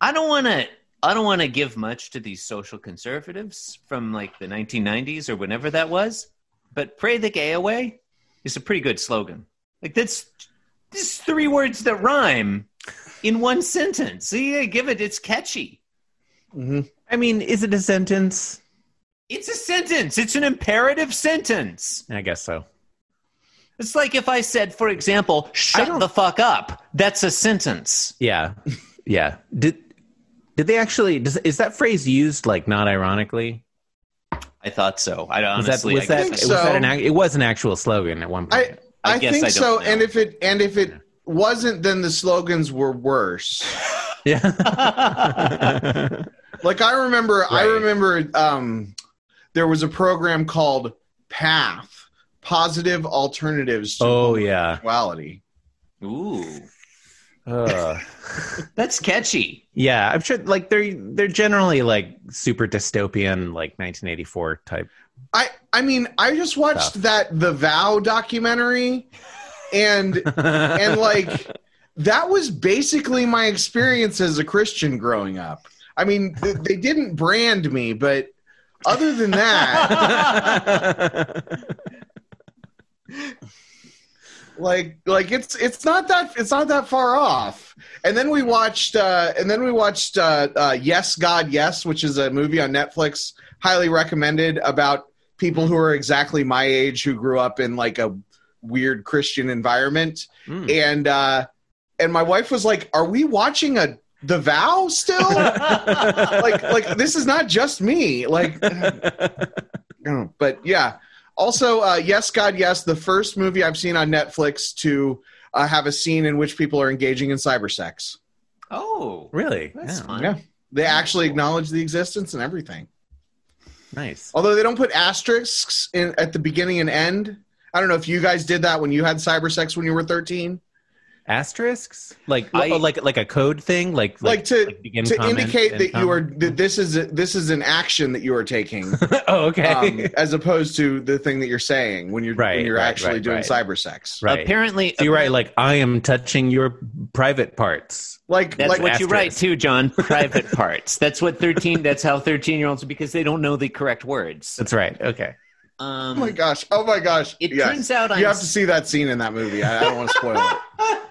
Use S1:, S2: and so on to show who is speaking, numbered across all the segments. S1: I don't want to. I don't want to give much to these social conservatives from like the 1990s or whenever that was, but pray the gay away is a pretty good slogan. Like that's this three words that rhyme in one sentence. See, I give it. It's catchy.
S2: Mm-hmm. I mean, is it a sentence?
S1: It's a sentence. It's an imperative sentence.
S2: I guess so.
S1: It's like if I said, for example, "Shut the fuck up." That's a sentence.
S2: Yeah, yeah. Did did they actually? Does, is that phrase used like not ironically?
S1: I thought so. I
S2: Was that,
S1: honestly.
S2: was
S1: I
S2: that,
S1: guess
S2: was
S1: I-
S3: so.
S2: that an, ac- it was an actual slogan at one
S3: I
S2: point.
S1: I
S3: I,
S1: guess
S3: think
S1: I don't
S3: so.
S1: know.
S3: And if it and if it wasn't, then the slogans were worse.
S2: yeah.
S3: Like I remember, I
S2: Right.
S3: remember um, there was a program called PATH, Positive Alternatives to
S2: oh yeah.
S3: Homosexuality.
S1: Ooh,
S2: Ugh.
S1: that's catchy.
S2: yeah, I'm sure. Like they're they're generally like super dystopian, like 1984 type.
S3: I I mean, I just watched that The Vow documentary, and and like that was basically my experience as a Christian growing up. I mean, th- they didn't brand me, but other than that, like like it's it's not that it's not that far off. And then we watched uh and then we watched uh, uh Yes God Yes, which is a movie on Netflix, highly recommended about people who are exactly my age who grew up in like a weird Christian environment.
S2: Mm.
S3: and uh and my wife was like are we watching a the vow still like like this is not just me like oh, but yeah also uh yes god yes the first movie i've seen on netflix to uh, have a scene in which people are engaging in cyber sex
S1: Oh,
S2: really?
S1: that's
S2: Yeah.
S1: fun.
S3: Yeah. they actually acknowledge the existence and everything
S2: Nice.
S3: although they don't put asterisks in at the beginning and end i don't know if you guys did that when you had cyber sex when you were 13
S2: Asterisks? Like
S1: I-
S2: oh, like like a code thing? Like
S3: like, to
S2: begin
S3: to
S2: comment,
S3: indicate
S2: end
S3: that you are
S2: comment?
S3: that this is a, this is an action that you are taking
S2: oh okay.
S3: um, as opposed to the thing that you're saying when you're
S2: Right,
S3: when you're
S2: right,
S3: actually
S2: right,
S3: doing
S2: right.
S3: cyber sex
S2: right.
S1: Apparently, uh,
S2: So you write like I am touching your private parts.
S3: like
S1: That's
S3: like
S1: what you
S2: asterisk.
S1: write too, John. Private parts. That's what thirteen. That's how thirteen-year-olds because they don't know the correct words.
S2: That's right. Okay.
S3: oh
S1: Um,
S3: my gosh oh my gosh
S1: it
S3: yes.
S1: turns out I'm
S3: you have to see that scene in that movie I, I don't want to spoil it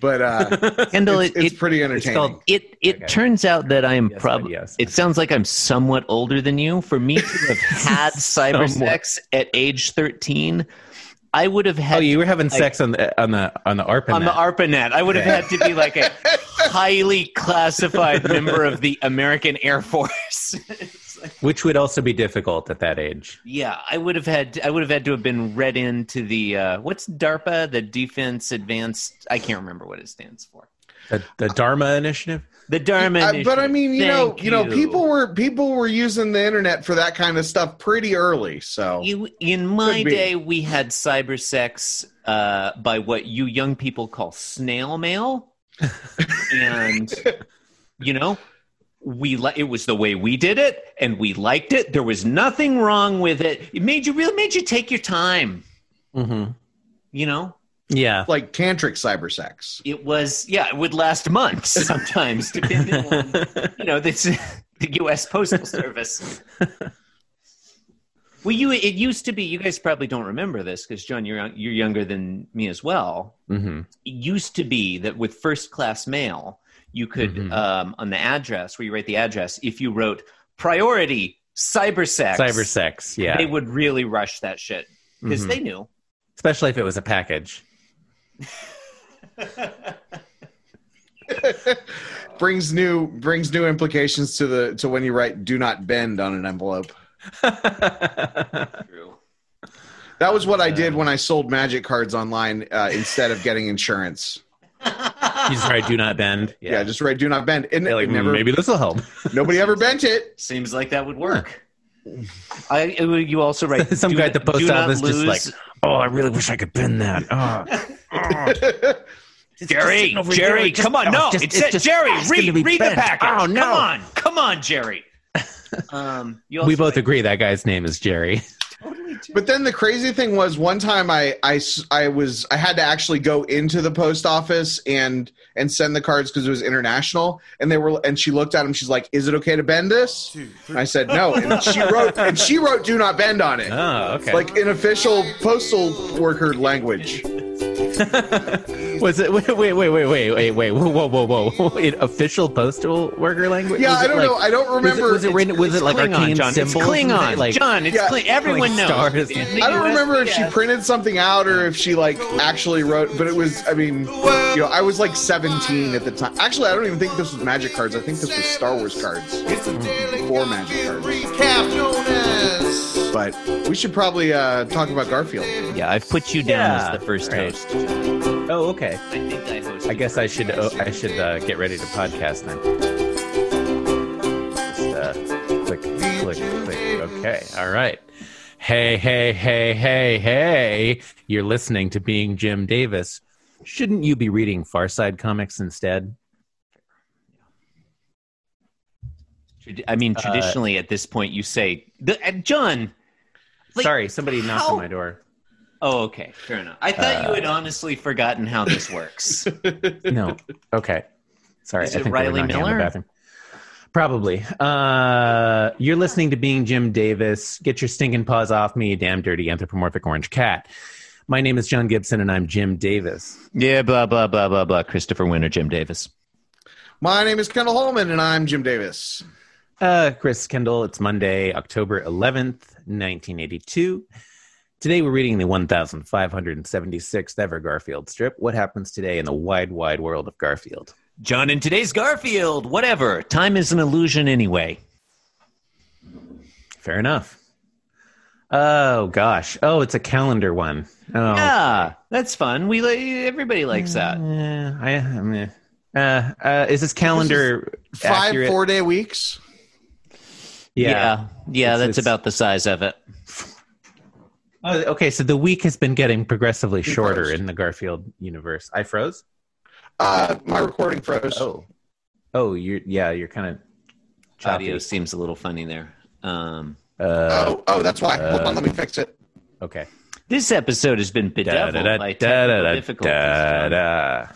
S3: but uh
S1: Kendall.
S3: it's,
S1: It
S3: it's
S1: it,
S3: pretty
S2: it's
S3: entertaining
S2: called-
S1: it, it
S2: Okay.
S1: turns out that I am
S2: Yes,
S1: probably.
S2: but yes.
S1: It sounds like I'm somewhat older than you. For me to have had cyber
S2: Somewhat.
S1: sex at age 13, I would have had
S2: oh, you were having
S1: like-
S2: sex on the on the on the ARPANET.
S1: on the ARPANET. I would have
S2: Yeah.
S1: had to be like a highly classified member of the American Air Force. It's like-
S2: which would also be difficult at that age.
S1: yeah, I would have had. I would have had to have been read into the uh, what's DARPA, the Defense Advanced. I can't remember what it stands for.
S2: The, the Dharma Initiative.
S1: The Dharma.
S3: Uh, but I
S1: Initiative.
S3: mean, you know,
S1: Thank
S3: you know, people were people were using the internet for that kind of stuff pretty early. So
S1: You, in my
S3: Could be.
S1: day, we had cyber sex uh, by what you young people call snail mail, and you know, we li- it was the way we did it, and we liked it. There was nothing wrong with it. It made you really made you take your time.
S2: Mm-hmm.
S1: You know,
S2: Yeah.
S3: like tantric cyber sex.
S1: it was yeah, it would last months sometimes, depending on
S2: Mm-hmm.
S1: you know this the U.S. Postal Service. Well, you it used to be. You guys probably don't remember this because John, you're you're younger than me as well.
S2: mm-hmm.
S1: It used to be that with first class mail, you could
S2: Mhm.
S1: um, on the address where you write the address, if you wrote priority cyber sex,
S2: Cyber sex. Yeah.
S1: they would really rush that shit because
S2: Mhm.
S1: they knew.
S2: especially if it was a package.
S3: brings new brings new implications to the to when you write do not bend on an envelope.
S1: True.
S3: That was what I did when I sold magic cards online uh, instead of getting insurance.
S2: You just write "Do not bend."
S3: Yeah, just right. Do not bend. And
S2: They're like, "Mm,
S3: it never,
S2: maybe this will help.
S3: nobody ever bent it.
S1: Seems like that would work. I you also write
S2: Some
S1: do
S2: guy
S1: not-
S2: at the post
S1: do not
S2: office just
S1: lose-
S2: like, oh, I really wish I could bend that. Oh.
S1: Jerry,
S2: over
S1: Jerry,
S2: there, just-
S1: come on,
S2: oh,
S1: no,
S2: just-
S1: it
S2: it's
S1: said
S2: just
S1: Jerry,
S2: asking to
S1: read,
S2: be
S1: read the
S2: bent.
S1: package.
S2: Oh, no.
S1: Come on, come on, Jerry. um, you also
S2: we both
S1: write,
S2: agree that guy's name is Jerry.
S1: totally too.
S3: But then the crazy thing was one time I, I, s- I was I had to actually go into the post office and and send the cards because it was international and they were and she looked at him she's like is it okay to bend this
S4: Two, three.
S3: and I said no and she wrote and she wrote do not bend on it
S2: Oh, okay.
S3: like in official postal worker language
S2: was it? Wait, wait, wait, wait, wait, wait, wait. Whoa, whoa, whoa, whoa. In official postal worker language?
S3: yeah
S2: Was
S3: I
S2: it
S3: don't
S2: like-
S3: know I don't
S2: was it-
S3: remember
S2: Was it, written? Was it like
S1: Klingon,
S2: arcane
S1: John.
S2: symbols?
S1: It's
S2: and
S1: Klingon.
S2: shit? Like,
S1: John, it's
S3: Yeah.
S1: Kling- Everyone
S2: Like
S1: knows.
S2: stars.
S1: In the
S3: I don't
S1: US,
S3: remember if she
S1: yes.
S3: printed something out or if she like actually wrote, but it was. I mean, you know, I was like 17 at the time. Actually, I don't even think this was Magic cards. I think this was Star Wars cards
S4: It's a daily
S3: or Magic cards.
S4: recap known as.
S3: But we should probably uh, talk about Garfield.
S1: Yeah, I've put you down
S2: Yeah.
S1: as the first
S2: Right.
S1: host.
S2: Oh, okay.
S1: I think I hosted.
S2: I guess I should. Oh, I should uh, get ready to podcast then. Just uh, click, click, click. Okay. All right. Hey, hey, hey, hey, hey! You're listening to Being Jim Davis. Shouldn't you be reading Farside comics instead?
S1: Trad- I
S2: uh,
S1: mean, traditionally at this point, you say, the, uh, John. Like-
S2: Sorry, somebody knocked
S1: how-
S2: on my door.
S1: Oh, okay. Fair enough. I thought
S2: Uh,
S1: you had honestly forgotten how this works.
S2: No. Okay. Sorry.
S1: Is
S2: I
S1: it
S2: think they were
S1: Riley
S2: knocking on the
S1: Miller?
S2: bathroom. Probably. Uh, you're listening to Being Jim Davis. Get your stinking paws off me, you damn dirty anthropomorphic orange cat. My name is John Gibson, and I'm Jim Davis.
S1: yeah, blah, blah, blah, blah, blah. Christopher Winter, Jim Davis.
S3: My name is Kendall Holman, and I'm Jim Davis.
S2: Uh, Chris Kendall, it's Monday, October 11th, 1982. Today we're reading the 1576th ever Garfield strip. What happens today in the wide, wide world of Garfield?
S1: John in today's Garfield. Whatever. Time is an illusion anyway.
S2: Fair enough. Oh, gosh. Oh, it's a calendar one. Oh,
S1: Yeah, that's fun. We li- everybody likes that.
S2: Uh, I, I mean, uh, uh, is this calendar
S3: Five
S2: accurate?
S3: four day weeks.
S1: Yeah,
S2: yeah.
S1: yeah,
S2: It's-
S1: that's
S2: it's-
S1: about the size of it.
S2: Oh, okay, so the week has been getting progressively shorter
S3: froze.
S2: in the Garfield universe. I froze.
S3: Uh, my recording froze.
S2: Oh, oh, you're yeah, you're kind of choppy.
S1: Audio seems a little funny there. Um,
S2: Uh,
S3: oh, oh, that's why.
S2: Hold on,
S3: let me fix it.
S2: okay.
S1: this episode has been bedeviled
S2: Da-da-da,
S1: by technical
S2: da-da-da,
S1: difficulties. John.
S2: da-da.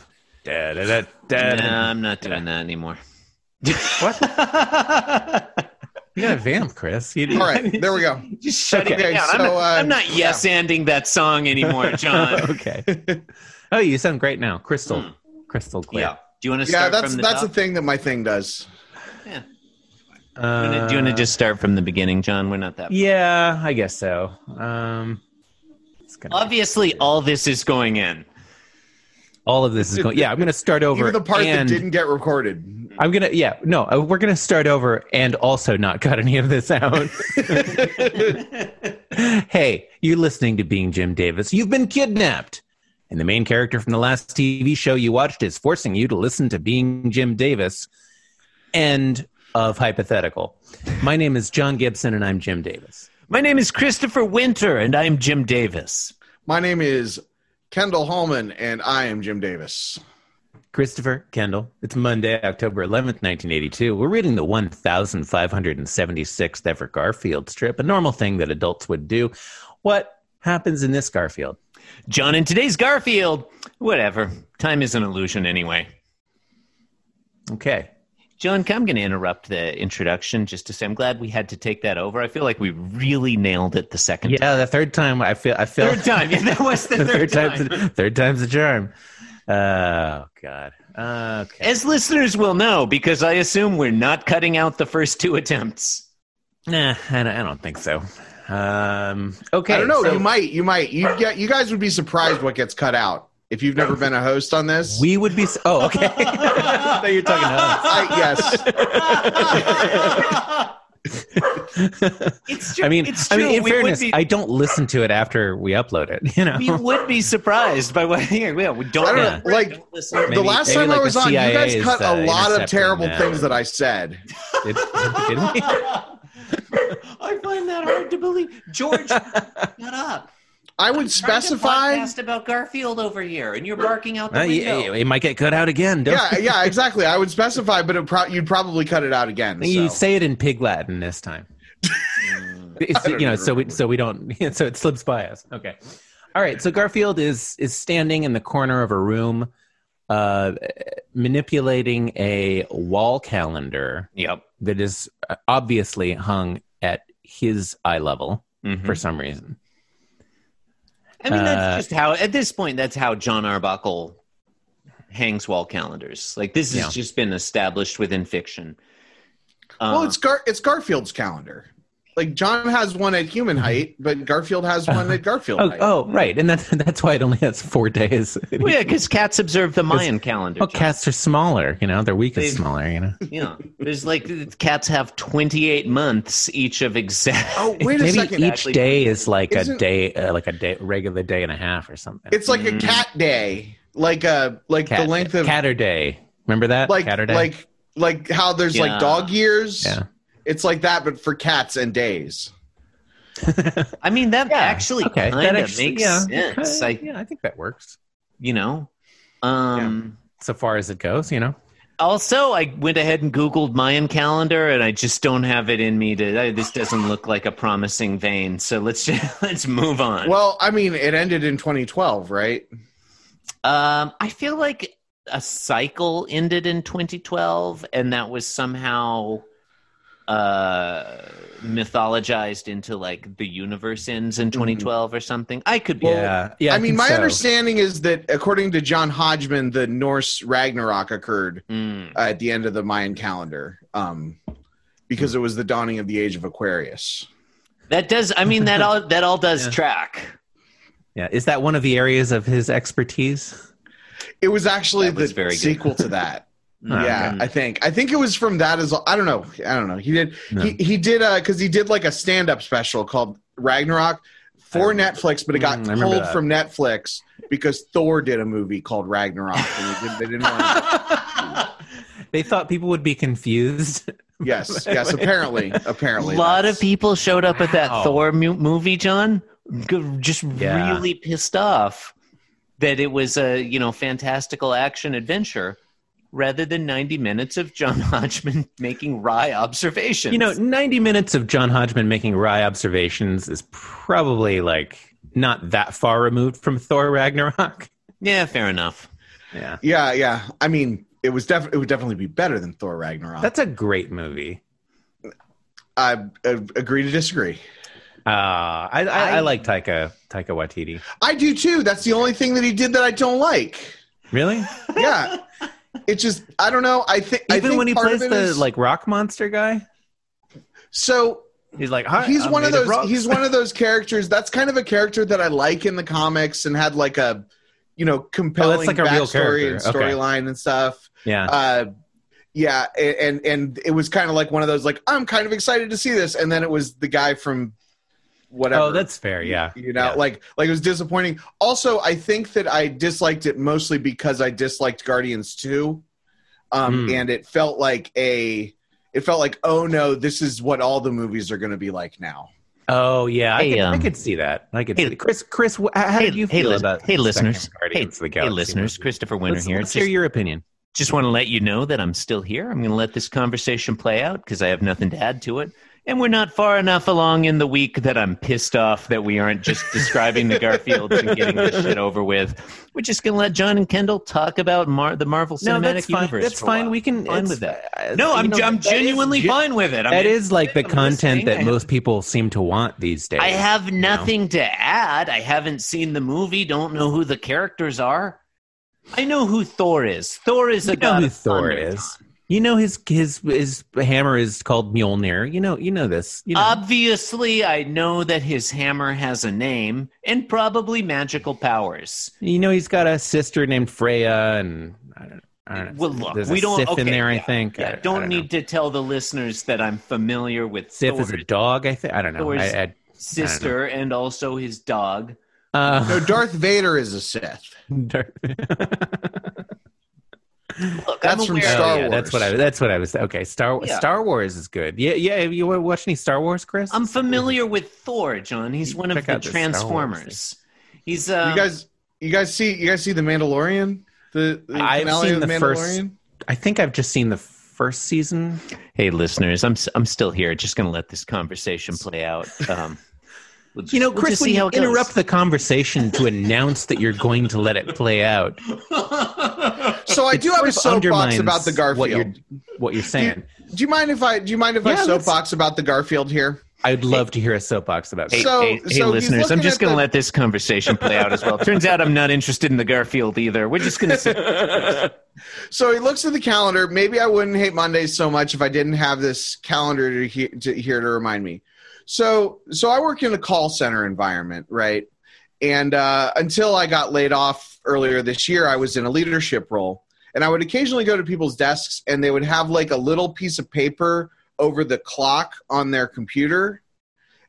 S2: Da-da-da,
S1: No,
S2: da-da.
S1: I'm not doing that anymore.
S2: What? You got a vamp, Chris. You,
S3: All right, there we go.
S1: Just shutting
S3: Okay,
S1: it down. I'm,
S3: so,
S1: not,
S3: uh,
S1: I'm not
S3: yeah.
S1: yes-anding that song anymore, John.
S2: okay. Oh, you sound great now, crystal,
S1: Hmm.
S2: crystal clear.
S1: yeah. Do you want to
S3: Yeah,
S1: start
S3: that's
S1: from the
S3: that's a
S1: top?
S3: thing that my thing does.
S1: yeah. Do you wanna-
S2: Uh,
S1: do you want to just start from the beginning, John? We're not that.
S2: Yeah, I guess so. Um, it's gonna
S1: Obviously, all this is going in.
S2: all of this is going. Yeah, I'm going to start over.
S3: Even the part
S2: and
S3: that didn't get recorded.
S2: I'm gonna. Yeah, no, uh, we're going to start over and also not cut any of this out. hey, you're listening to Being Jim Davis. You've been kidnapped. And the main character from the last TV show you watched is forcing you to listen to Being Jim Davis. End of hypothetical. My name is John Gibson, and I'm Jim Davis.
S1: My name is Christopher Winter, and I'm Jim Davis.
S3: My name is Kendall Holman, and I am Jim Davis.
S2: Christopher Kendall. It's Monday, October 11th, 1982. We're reading the 1576th ever Garfield strip, a normal thing that adults would do. What happens in this Garfield?
S1: John in today's Garfield. Whatever. Time is an illusion anyway.
S2: Okay.
S1: John, I'm going to interrupt the introduction just to say I'm glad we had to take that over. I feel like we really nailed it the second time.
S2: Yeah, uh, the third time I feel I feel
S1: Third time. Yeah, that was the
S2: the
S1: third, time.
S2: time's third time's the charm. Oh god. Okay.
S1: As listeners will know, because I assume we're not cutting out the first two attempts.
S2: Nah, I don't, I don't think so. Um okay.
S3: I don't know.
S2: so
S3: you might. You might. You get. You guys would be surprised what gets cut out if you've never been a host on this.
S2: we would be s Oh, okay. I thought you were talking to us.
S3: I, yes.
S1: It's true.
S2: I mean,
S1: it's
S2: I
S1: true.
S2: mean, in
S1: we
S2: fairness,
S1: would be,
S2: I don't listen to it after we upload it. You know,
S1: we would be surprised by what. Yeah, we don't.
S3: I don't
S2: Yeah.
S3: know. Like
S1: listen.
S3: the
S2: Maybe-
S3: last
S2: maybe
S3: time
S2: like
S3: I was
S2: the
S3: on,
S2: CIA
S3: you guys
S2: is,
S3: cut
S2: uh,
S3: a lot of
S2: intercepting
S3: terrible
S2: now.
S3: things that I said.
S2: Did- didn't we?
S1: I find that hard to believe. George, shut up.
S3: I would specify.
S1: Asked about Garfield over here, and you're barking out the
S2: Uh,
S1: window.
S2: yeah, yeah, it might get cut out again. Don't
S3: Yeah, yeah, exactly. I would specify, but it pro- you'd probably cut it out again.
S2: you
S3: so.
S2: say it in pig Latin this time?
S1: Mm.
S2: It's-
S3: I don't
S2: you know,
S3: even
S2: so we
S3: remember.
S2: so we don't so it slips by us. Okay. All right. So Garfield is is standing in the corner of a room, uh, manipulating a wall calendar
S1: Yep.
S2: that is uh, obviously hung at his eye level
S1: Mhm.
S3: Mm-hmm.
S2: for some reason.
S1: I mean,
S2: Uh,
S1: that's just how, at this point, that's how John Arbuckle hangs wall calendars. Like, this has
S2: Yeah.
S1: just been established within fiction. Um,
S2: uh,
S3: well, it's Gar- it's Garfield's calendar. Like John has one at human height, but Garfield has one at Garfield
S2: Mm-hmm. Oh, oh,
S3: height.
S2: right, and that's that's why it only has four days.
S1: well, yeah, because cats observe the Mayan calendar.
S2: Oh,
S1: John.
S2: cats are smaller. You know, their week is
S1: They've-
S2: smaller. You know,
S1: Yeah. There's like, cats have 28 months each of exact.
S3: Oh, wait a
S2: maybe
S3: second.
S2: each
S1: actually-
S2: day is like a
S3: Isn't-
S2: day, uh, like a day, regular day and a half or something.
S3: It's like a
S1: Mm.
S3: cat day, like a like
S2: Cat-
S3: the length of
S2: Catter Day. Remember that?
S3: like
S2: Catter Day.
S3: like like how there's
S1: Yeah.
S3: like dog years.
S2: Yeah.
S3: It's like that, but for cats and days.
S1: I mean, that
S2: Yeah,
S1: actually
S2: okay,
S1: kind
S2: that
S1: of
S2: actually-
S1: makes
S2: yeah,
S1: sense.
S2: okay,
S1: I,
S2: yeah, I think that works.
S1: you know, um,
S2: So far as it goes, you know.
S1: Also, I went ahead and Googled Mayan calendar, and I just don't have it in me to. I, this doesn't look like a promising vein, so let's just, let's move on.
S3: Well, I mean, it ended in 2012, right?
S1: um, I feel like a cycle ended in 2012, and that was somehow uh, mythologized into like the universe ends in 2012 or something. I could be.
S2: Mm-hmm. yeah, yeah.
S3: I mean,
S2: think
S3: my
S2: so.
S3: understanding is that according to John Hodgman, the Norse Ragnarok occurred
S1: Mm.
S3: uh, at the end of the Mayan calendar um, because it was the dawning of the age of Aquarius.
S1: That does. I mean, that all that all does
S2: Yeah.
S1: track.
S2: Yeah, is that one of the areas of his expertise?
S3: It was actually
S1: That was
S3: the
S1: very good.
S3: sequel to that.
S2: Oh,
S3: yeah,
S1: okay.
S3: I think. I think it was from that as I don't know. I don't know. He did.
S2: No.
S3: He he did because he did like a stand up special called Ragnarok for Netflix, but it got
S2: Mm, I remember
S3: pulled
S2: that.
S3: from Netflix because Thor did a movie called Ragnarok, and they didn't, they didn't want.
S2: they thought people would be confused.
S3: yes, yes. Apparently, apparently,
S1: A lot
S3: that's-
S1: of people showed up at that
S2: Wow.
S1: Thor mu- movie, John. G- Just
S2: Yeah.
S1: really pissed off that it was a you know fantastical action adventure rather than 90 minutes of John Hodgman making wry observations.
S2: You know, 90 minutes of John Hodgman making wry observations is probably like not that far removed from Thor Ragnarok.
S1: yeah, fair enough.
S2: Yeah.
S3: Yeah, yeah. I mean, it was def- it would definitely be better than Thor Ragnarok.
S2: That's a great movie.
S3: I, I agree to disagree.
S2: Uh, I, I, I
S1: I-
S2: like Taika Taika Waititi.
S3: I do too. That's the only thing that he did that I don't like.
S2: Really?
S3: Yeah. It just I don't know. I think I
S2: Even
S3: think
S2: when he
S3: part of
S2: plays
S3: it
S2: the
S3: is-
S2: like rock monster guy,
S3: so
S2: he's like, Hi,
S3: he's
S2: I'm
S3: one of
S2: made
S3: those
S2: rocks."
S3: he's one of those characters that's kind of a character that I like in the comics and had like a you know compelling
S2: Oh, like a real
S3: backstory and
S2: character. Okay.
S3: storyline and stuff.
S2: yeah.
S3: Uh yeah, a- and and it was kind of like one of those like I'm kind of excited to see this and then it was the guy from whatever.
S2: Oh, that's fair. Yeah.
S3: you know
S2: Yeah.
S3: like like it was disappointing also i think that i disliked it mostly because i disliked guardians 2 um
S2: Hmm.
S3: and it felt like a it felt like oh no this is what all the movies are going to be like now
S2: Oh yeah, I,
S1: Hey,
S2: could, I
S1: um,
S2: could see that. I could
S1: hey-
S2: see that. Chris. Chris, wh- how
S1: hey,
S2: did you
S1: hey,
S2: feel
S1: lis-
S2: about?
S1: hey,
S2: the
S1: listeners.
S2: second Guardians of the
S1: Hey,
S2: Galaxy
S1: listeners,
S2: movie?
S1: Christopher Winter
S2: let's,
S1: here.
S2: Let's
S1: Just-
S2: hear your opinion.
S1: just want to let you know that I'm still here. I'm going to let this conversation play out because I have nothing to add to it. And we're not far enough along in the week that I'm pissed off that we aren't just describing the Garfield and getting this shit over with. We're just going to let John and Kendall talk about Mar- the Marvel Cinematic
S2: No, that's fine.
S1: Universe.
S2: That's
S1: for a
S2: fine.
S1: while.
S2: We can
S1: fine
S2: it's-
S1: with that.
S2: I-
S1: No,
S2: you
S1: I'm,
S2: know,
S1: I'm
S2: that is
S1: genuinely
S2: gen-
S1: fine with it. I
S2: That
S1: mean,
S2: is like the
S1: I'm
S2: content
S1: listening. I
S2: that
S1: have-
S2: most people seem to want these days.
S1: I have
S2: know?
S1: nothing to add. I haven't seen the movie. Don't know who the characters are. I know who Thor is. Thor is a
S2: You know
S1: god
S2: who
S1: of
S2: Thor
S1: thunder,
S2: is.
S1: John.
S2: You know his his his hammer is called Mjolnir. You know you know this. You know.
S1: Obviously, I know that his hammer has a name and probably magical powers.
S2: you know he's got a sister named Freya, and I don't. I don't know.
S1: Well, look,
S2: There's
S1: we
S2: a
S1: don't.
S2: Sif
S1: okay,
S2: in there, I
S1: yeah,
S2: think.
S1: yeah,
S2: I- I
S1: don't,
S2: know.
S1: need to tell the listeners that I'm familiar with
S2: Sif
S1: Thor's
S2: is a dog. I think. I don't know.
S1: Thor's-
S2: I, I,
S1: sister and also his dog.
S3: no
S2: uh,
S3: darth vader is a sith
S1: Look,
S3: That's
S1: I'm
S3: from
S1: aware.
S3: Star
S2: Oh, yeah, that's what I. That's what I was. Okay, Star
S1: Yeah.
S2: Star Wars is good. Yeah, yeah. Have you watched any Star Wars, Chris?
S1: I'm familiar with Thor, John. He's one of
S2: Check
S1: the
S2: out this Star Wars
S1: Transformers. He's um,
S3: you guys you guys see you guys see the mandalorian the, the
S2: I've
S3: finale
S2: seen
S3: of
S2: the first- I think I've just seen the first season.
S1: Hey, listeners, I'm s- I'm still here. Just going to let this conversation play out. Um, we'll just-
S2: You know,
S1: we'll
S2: Chris,
S1: just see
S2: when
S1: how
S2: you
S1: it goes.
S2: interrupt the conversation to announce that you're going to let it play out,
S3: So I
S2: it
S3: do have
S2: sort
S3: a
S2: of
S3: soapbox
S2: undermines
S3: about the
S2: What you're,
S3: Garfield.
S2: what you're saying.
S3: Do you mind if I do you mind if I
S2: Yeah, let's-
S3: soapbox about the Garfield here?
S2: I'd love to hear a soapbox about
S1: Hey,
S2: it.
S3: So-
S1: hey, hey,
S3: so he's
S1: listeners, I'm
S3: looking
S1: just
S3: at
S1: going to
S3: the-
S1: let this conversation play out as well. Turns out I'm not interested in the Garfield either. We're just going to sit.
S3: So he looks at the calendar. Maybe I wouldn't hate Mondays so much if I didn't have this calendar to, he- to here to remind me. So so I work in a call center environment, right? And uh, until I got laid off earlier this year, I was in a leadership role, and I would occasionally go to people's desks, and they would have like a little piece of paper over the clock on their computer.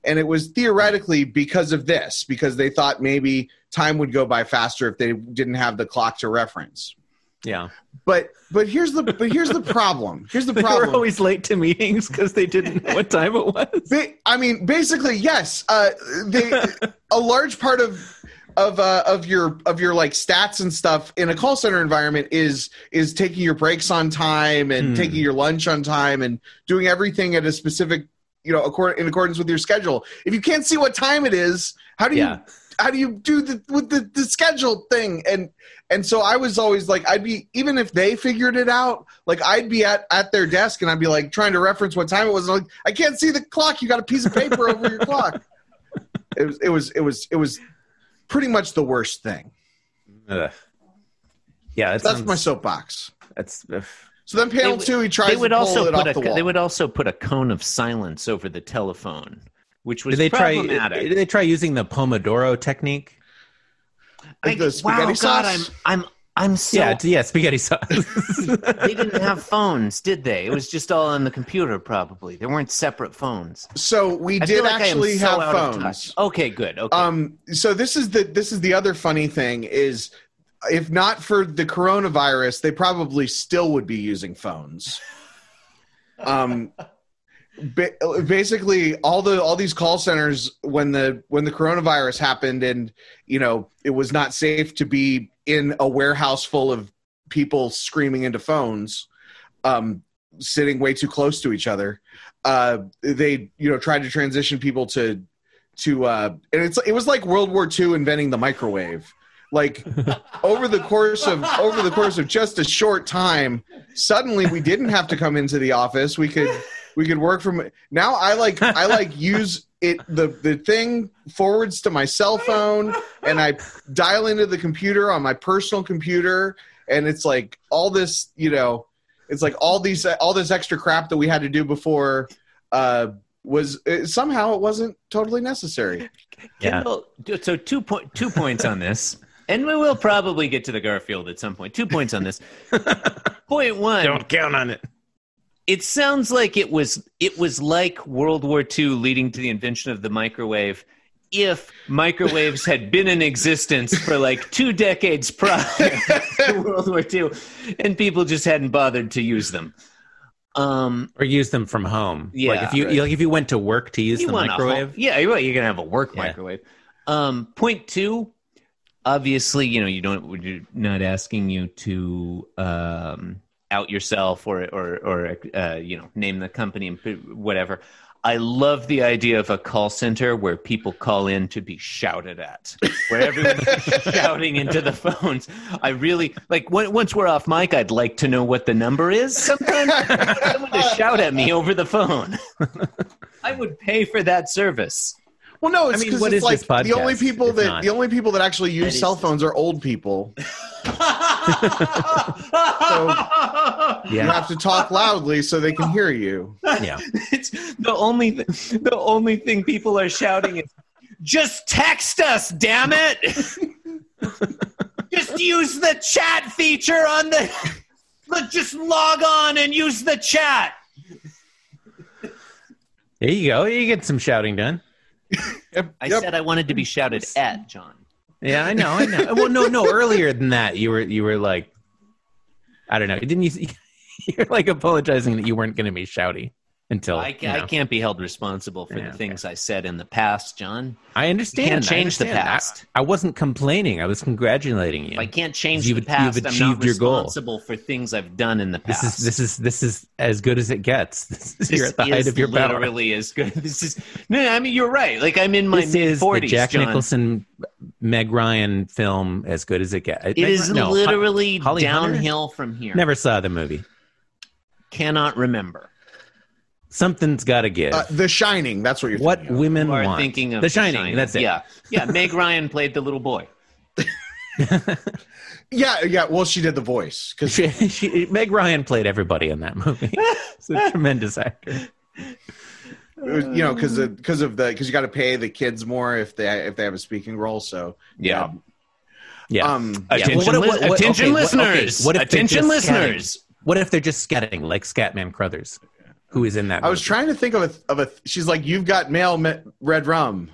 S3: And it was theoretically because of this, because they thought maybe time would go by faster if they didn't have the clock to reference.
S2: Yeah.
S3: But but here's the but here's the problem. Here's the
S2: They were
S3: problem.
S2: always late to meetings because they didn't know what time it was.
S3: Ba- I mean, basically, yes. Uh, they, a large part of of uh, of your of your like stats and stuff in a call center environment is is taking your breaks on time and
S2: Hmm.
S3: taking your lunch on time and doing everything at a specific you know accord, in accordance with your schedule. If you can't see what time it is, how do you
S2: Yeah.
S3: how do you do the with the, the schedule thing and and so i was always like i'd be even if they figured it out like i'd be at at their desk and i'd be like trying to reference what time it was and I'm like i can't see the clock you got a piece of paper over your clock it was it was it was it was pretty much the worst thing
S2: Ugh. Yeah, that
S3: that's
S2: sounds-
S3: my soapbox
S2: That's ugh.
S3: so then panel
S1: They-
S3: two he tries
S1: They would
S3: to pull
S1: also put
S3: it off
S1: a
S3: the wall
S1: they would also put a cone of silence over the telephone, which was
S2: did they try?
S1: problematic.
S2: Did they try using the Pomodoro technique?
S1: I,
S3: Like the
S1: wow,
S3: spaghetti
S1: God, I'm
S3: sauce?
S1: I'm I'm so
S2: yeah, it's- yeah, spaghetti sauce.
S1: they didn't have phones, did they? It was just all on the computer, probably. There weren't separate phones.
S3: so we
S1: I
S3: did
S1: feel like I
S3: actually
S1: am so out
S3: have
S1: of
S3: phones
S1: touch. Okay, good. Okay.
S3: um so this is the this is the other funny thing is if not for the coronavirus they probably still would be using phones um ba- basically all the all these call centers when the when the coronavirus happened and you know it was not safe to be in a warehouse full of people screaming into phones um sitting way too close to each other uh they you know tried to transition people to to uh and it's it was like World War II inventing the microwave. Like over the course of over the course of just a short time, suddenly we didn't have to come into the office. We could we could work from now I like I like use it the the thing forwards to my cell phone and I dial into the computer on my personal computer and it's like all this, you know, it's like all these all this extra crap that we had to do before uh was it, somehow it wasn't totally necessary.
S2: yeah.
S1: Kendall, d- so two point two points on this, and we will probably get to the Garfield at some point. Two points on this. point one.
S2: Don't count on it.
S1: It sounds like it was it was like World War II leading to the invention of the microwave. If microwaves had been in existence for like two decades prior to World War II, and people just hadn't bothered to use them, um,
S2: Or use them from home. like
S1: Yeah,
S2: if you
S3: right.
S2: like if you went to work to use
S1: you
S2: the
S1: want a home-
S2: microwave.
S1: yeah, you're right. You're gonna have a work
S2: Yeah.
S1: microwave. Um, point two, obviously, you know, you don't. We're not asking you to um, out yourself or or or uh, you know, name the company and p- whatever. I love the idea of a call center where people call in to be shouted at, where everyone's shouting into the phones. I really like. When, once we're off mic, I'd like to know what the number is. Sometimes someone to shout at me over the phone. I would pay for that service.
S3: Well, no,
S2: I
S3: it's
S2: mean,
S3: because
S2: what
S3: it's
S2: is
S3: like
S2: this podcast
S3: the only people
S2: if
S3: that
S2: not?
S3: the only people that actually use
S1: is-
S3: cell phones are old people. You
S2: Yeah.
S3: have to talk loudly so they can hear you.
S2: yeah.
S1: It's the only th- the only thing people are shouting is just text us, damn it. just use the chat feature on the Look, just log on and use the chat.
S2: There you go. You get some shouting done.
S3: Yep,
S1: I
S3: yep.
S1: said I wanted to be shouted at, John.
S2: Yeah, I know, I know. well no, no, earlier than that you were you were like I don't know. Didn't you you're like apologizing that you weren't gonna be shouty. until
S1: I, ca-
S2: you know.
S1: I can't be held responsible for
S2: Yeah,
S1: the things I said in the past, John.
S2: I understand.
S1: You can't
S2: I
S1: change the
S2: understand. I-
S1: past.
S2: I, wasn't complaining. I was congratulating you.
S1: If I can't change
S2: You've-
S1: the past,
S2: you've
S1: I'm
S2: achieved
S1: not
S2: your goal.
S1: responsible for things I've done in the
S2: this
S1: past.
S2: is this is this is as good as it gets. This is,
S1: This
S2: you're at the height
S1: is
S2: of your power.
S1: literally as good. This is no. I mean, you're right. Like I'm in my
S2: This
S1: mid
S2: is the
S1: forties,
S2: Jack
S1: John.
S2: Nicholson, Meg Ryan film as good as it gets. Meg
S1: It is
S2: Ryan- no, Ho-
S1: literally
S2: Holly Hunter?
S1: downhill from here.
S2: Never saw the movie.
S1: cannot remember.
S2: Something's got to give.
S3: Uh, the Shining. That's what you're.
S2: what
S3: thinking of.
S2: women
S1: You are
S2: want.
S1: thinking of
S2: the Shining. That's it.
S1: Yeah, yeah. Meg Ryan played the little boy.
S3: Yeah, yeah. Well, she did the voice because
S2: She, she, Meg Ryan played everybody in that movie. It's a tremendous actor.
S3: you know because because of the because you got to pay the kids more if they if they have a speaking role. So
S1: Yeah.
S2: Yeah.
S3: Um.
S2: Yeah, well,
S1: Attention,
S2: what-
S1: li-
S2: what- what-
S1: attention
S2: okay, what- okay,
S1: listeners.
S2: what if they're
S1: attention
S2: just
S1: listeners.
S2: What if they're just scatting like Scatman Crothers, who is in that?
S3: I was
S2: movie?
S3: trying to think of a of a. She's like, you've got mail, me- red rum.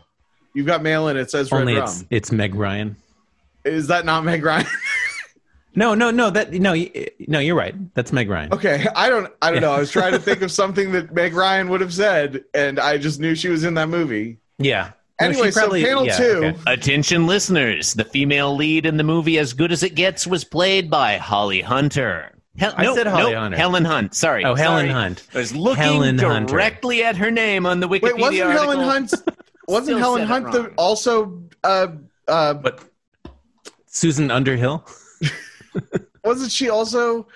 S3: You've got mail, and it says red
S2: Only
S3: rum.
S2: it's it's Meg Ryan.
S3: Is that not Meg Ryan?
S2: No, no, no. That no, y- no. You're right. That's Meg Ryan.
S3: okay, I don't. I don't know. I was trying to think of something that Meg Ryan would have said, and I just knew she was in that movie.
S2: Yeah. No, she
S3: Anyway, so panel two.
S2: okay.
S1: Attention, listeners. The female lead in the movie As Good as It Gets was played by Holly Hunter. Hel-
S2: I
S1: no,
S2: said Holly
S1: no,
S2: Hunter.
S1: Helen Hunt. Sorry.
S2: Oh, Helen
S1: Sorry.
S2: Hunt.
S1: I was looking
S2: Helen Hunter.
S1: directly at her name on the Wikipedia
S3: Wait, wasn't
S1: article.
S3: Helen Hunt? Wasn't
S1: Still
S3: Helen
S1: said it
S3: Hunt the,
S1: wrong.
S3: also? Uh, uh,
S2: But Susan Underhill.
S3: wasn't she also?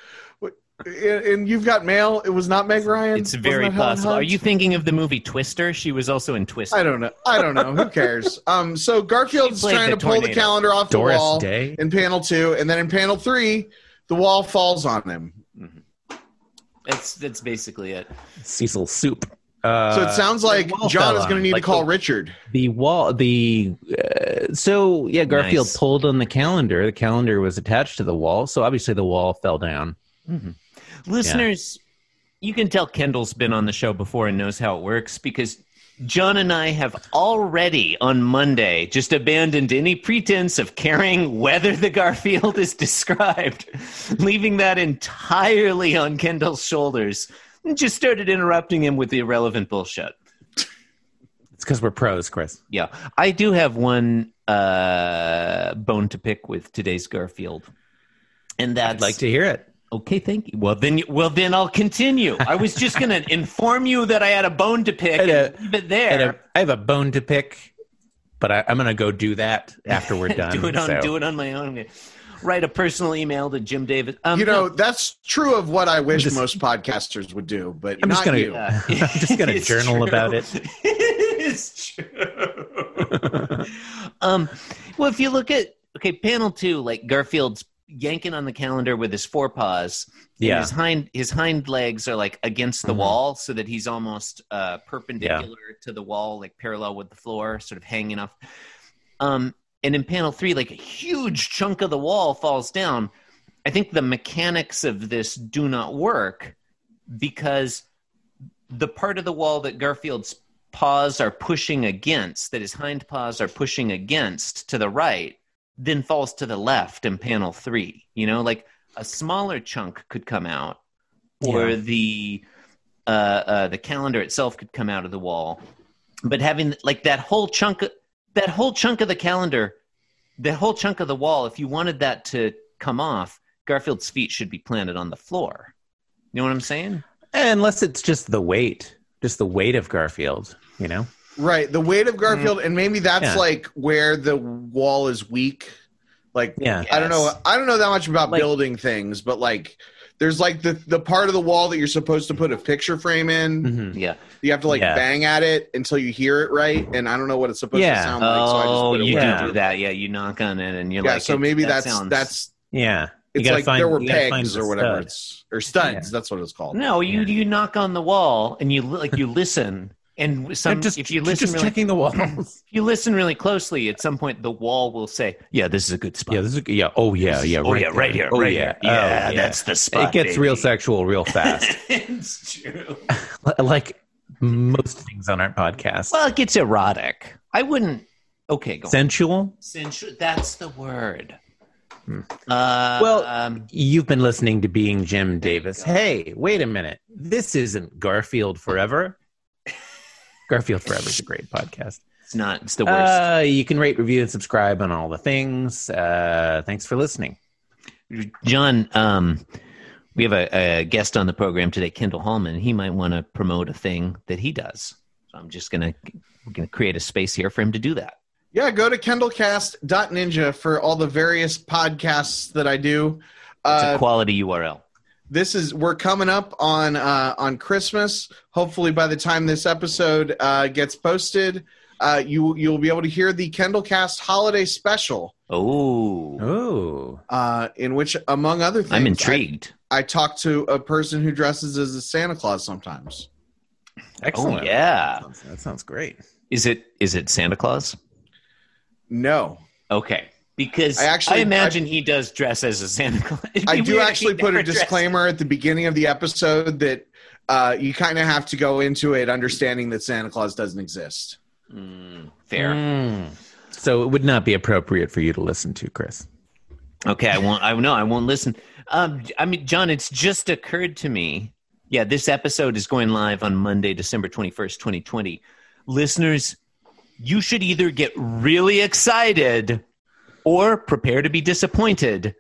S3: In, in You've Got Mail, it was not Meg Ryan.
S1: It's
S3: Wasn't
S1: very
S3: that Helen
S1: possible.
S3: Hunt?
S1: Are you thinking of the movie Twister? She was also in Twister.
S3: I don't know. I don't know. Who cares? Um, so Garfield's
S1: She played
S3: trying
S1: the
S3: to pull the
S1: tornado.
S3: calendar off the
S2: Doris
S3: wall
S2: Day?
S3: in panel two, and then in panel three, the wall falls on him.
S1: That's that's basically it.
S2: Cecil Soup. Uh,
S3: So it sounds like
S2: wall
S3: John
S2: fell
S3: is
S2: on
S3: going to
S2: him,
S3: need
S2: like
S3: to call
S2: the-
S3: Richard.
S2: the wall. The uh, so yeah, Garfield
S1: Nice.
S2: pulled on the calendar. The calendar was attached to the wall, so obviously the wall fell down.
S1: Listeners, you can tell Kendall's been on the show before and knows how it works because John and I have already on Monday just abandoned any pretense of caring whether the Garfield is described, leaving that entirely on Kendall's shoulders, and just started interrupting him with the irrelevant bullshit.
S2: It's because we're pros, Chris.
S1: Yeah, I do have one uh, bone to pick with today's Garfield, and that's
S2: I'd like to hear it.
S1: Okay, thank you. Well, then, well, then I'll continue. I was just going to inform you that I had a bone to pick.
S2: And
S1: And
S2: a-
S1: leave it
S2: I had
S1: there.
S2: a- I have a bone to pick, but I, I'm going to go do that after we're done.
S1: do it on,
S2: so.
S1: do it on my own. Write a personal email to Jim Davis. Um,
S3: You know,
S1: no,
S3: that's true of what I wish
S2: Just-
S3: most podcasters would do, but
S2: I'm
S3: not
S2: just gonna-
S3: you.
S1: uh,
S2: I'm just gonna
S1: it's
S2: journal about it.
S1: it's true. um, well, if you look at okay, panel two, like Garfield's yanking on the calendar with his forepaws. and
S2: Yeah.
S1: his hind his hind legs are like against the
S2: Mhm.
S1: wall, so that he's almost uh, perpendicular to the wall, like parallel with the floor, sort of hanging off. Um, and in panel three, like a huge chunk of the wall falls down. I think the mechanics of this do not work because the part of the wall that Garfield's paws are pushing against, that his hind paws are pushing against to the right, then falls to the left in panel three. You know, like a smaller chunk could come out, or
S2: Yeah.
S1: the uh, uh, the calendar itself could come out of the wall. But having like that whole chunk, that whole chunk of the calendar, that whole chunk of the wall, if you wanted that to come off, Garfield's feet should be planted on the floor. You know what I'm saying?
S2: Unless it's just the weight, just the weight of Garfield, you know?
S3: Right. The weight of Garfield, and maybe that's
S2: Mm-hmm. Yeah.
S3: like where the wall is weak. Like,
S2: Yeah.
S3: I don't know.
S1: Yes.
S3: I don't know that much about
S2: Like-
S3: building things, but like, there's like the, the part of the wall that you're supposed to put a picture frame in.
S2: Mhm.
S1: Yeah.
S3: You have to like
S2: Yeah.
S3: bang at it until you hear it right, and I don't know what it's supposed
S2: Yeah.
S3: to sound like. so I just
S1: Oh,
S3: put it
S1: you
S3: away.
S2: away.
S1: do do that. Yeah, you knock on it and you're
S3: yeah.
S1: like,
S3: so
S1: it-
S3: maybe
S1: that
S3: that's
S1: sounds-
S3: that's
S2: Yeah. You
S3: it's
S2: gotta
S3: like
S2: find-
S3: there were
S2: you gotta find
S3: pegs
S2: the
S3: or whatever.
S2: stud.
S3: It's or studs. That's what it's called.
S1: no. You
S2: Yeah.
S1: you knock on the wall and you li- like you listen and
S2: I'm
S1: some
S2: just,
S1: if you
S2: just
S1: listen really,
S2: checking the walls.
S1: if you listen really closely at some point the wall will say, yeah, this is a good spot.
S2: yeah, this is yeah. Oh yeah, yeah.
S1: oh yeah,
S2: there.
S1: right here.
S2: Oh,
S1: right
S2: yeah.
S1: Here. Yeah,
S2: Oh, yeah.
S1: that's the spot.
S2: it gets
S1: baby.
S2: real sexual real fast,
S1: it's true.
S2: like most things on our podcast.
S1: Well, it gets erotic. I wouldn't. Okay, go. on.
S2: Sensual.
S1: Sensu- that's the word. Uh,
S2: Hmm. Well-
S1: um,
S2: You've been listening to Being Jim Davis. Hey, wait a minute. This isn't Garfield Forever. Garfield Forever is a great podcast.
S1: it's not. It's the worst.
S2: Uh, you can rate, review, and subscribe on all the things. Uh, thanks for listening.
S1: John, um, we have a, a guest on the program today, Kendall Hallman. He might want to promote a thing that he does. So I'm just gonna we're gonna create a space here for him to do that.
S3: Yeah, go to kendallcast.ninja for all the various podcasts that I do.
S1: It's a
S3: Uh,
S1: quality URL.
S3: this is we're coming up on uh, on Christmas. Hopefully, by the time this episode uh, gets posted, uh, you you'll be able to hear the KendallCast holiday special,
S1: Oh,
S2: Oh,
S3: uh, in which, among other things,
S1: I'm intrigued.
S3: I, I talk to a person who dresses as a Santa Claus sometimes.
S2: excellent.
S1: Oh yeah.
S2: That sounds, that sounds great.
S1: Is it is it Santa Claus?
S3: No,
S1: Okay. Because
S3: I
S1: I,
S3: actually-
S1: imagine he does dress as a Santa Claus. It'd
S3: I
S1: be
S3: do
S1: weird if
S3: actually
S1: he
S3: put a
S1: never dressed-
S3: disclaimer at the beginning of the episode that uh, you kind of have to go into it understanding that Santa Claus doesn't exist.
S1: Mm, fair.
S2: Mm. So it would not be appropriate for you to listen to, Chris.
S1: Okay, I won't. I no, I won't listen. Um, I mean, John, it's just occurred to me. Yeah, this episode is going live on Monday, December twenty first, twenty twenty. Listeners, you should either get really excited or prepare to be disappointed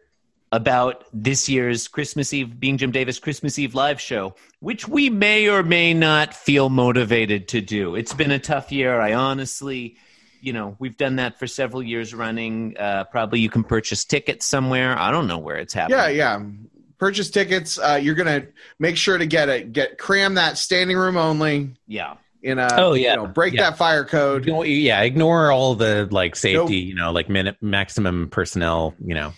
S1: about this year's Christmas Eve being Jim Davis Christmas Eve live show, which we may or may not feel motivated to do. It's been a tough year. I honestly you know we've done that for several years running uh, probably you can purchase tickets somewhere i don't know where it's happening
S3: Yeah, yeah. Purchase tickets. Uh, you're gonna make sure to get it. Get cram that standing room only
S1: yeah
S3: in a.
S2: Oh, yeah.
S3: You know, break
S2: Yeah.
S3: that fire code.
S2: Ignore- yeah, ignore all the like safety,
S3: Nope.
S2: you know, like minute maximum personnel, you know.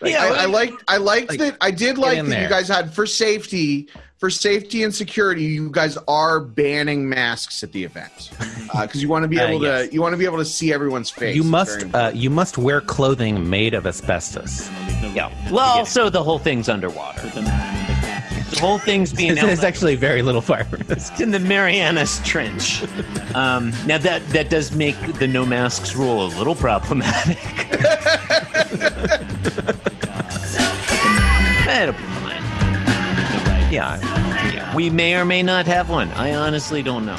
S1: Yeah,
S3: I, I liked. I liked
S2: like,
S3: that. I did like that
S2: in
S3: you
S2: there.
S3: guys had for safety, for safety and security. You guys are banning masks at the event because you want to be
S2: Uh,
S3: able
S2: yes.
S3: to. You want to be able to see everyone's face.
S2: You
S3: It's
S2: must
S3: very
S2: uh, you must wear clothing made of asbestos.
S1: yeah well also the whole thing's underwater the whole thing's being
S2: It's, it's
S1: outlined.
S2: actually very little fire risk.
S1: It's in the marianas trench um, now that that does make the no masks rule a little problematic That'll be fine.
S2: Yeah.
S1: Yeah. we may or may not have one i honestly don't know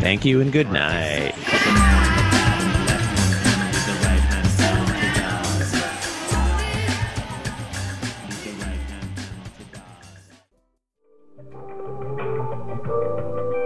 S2: Thank you and good night.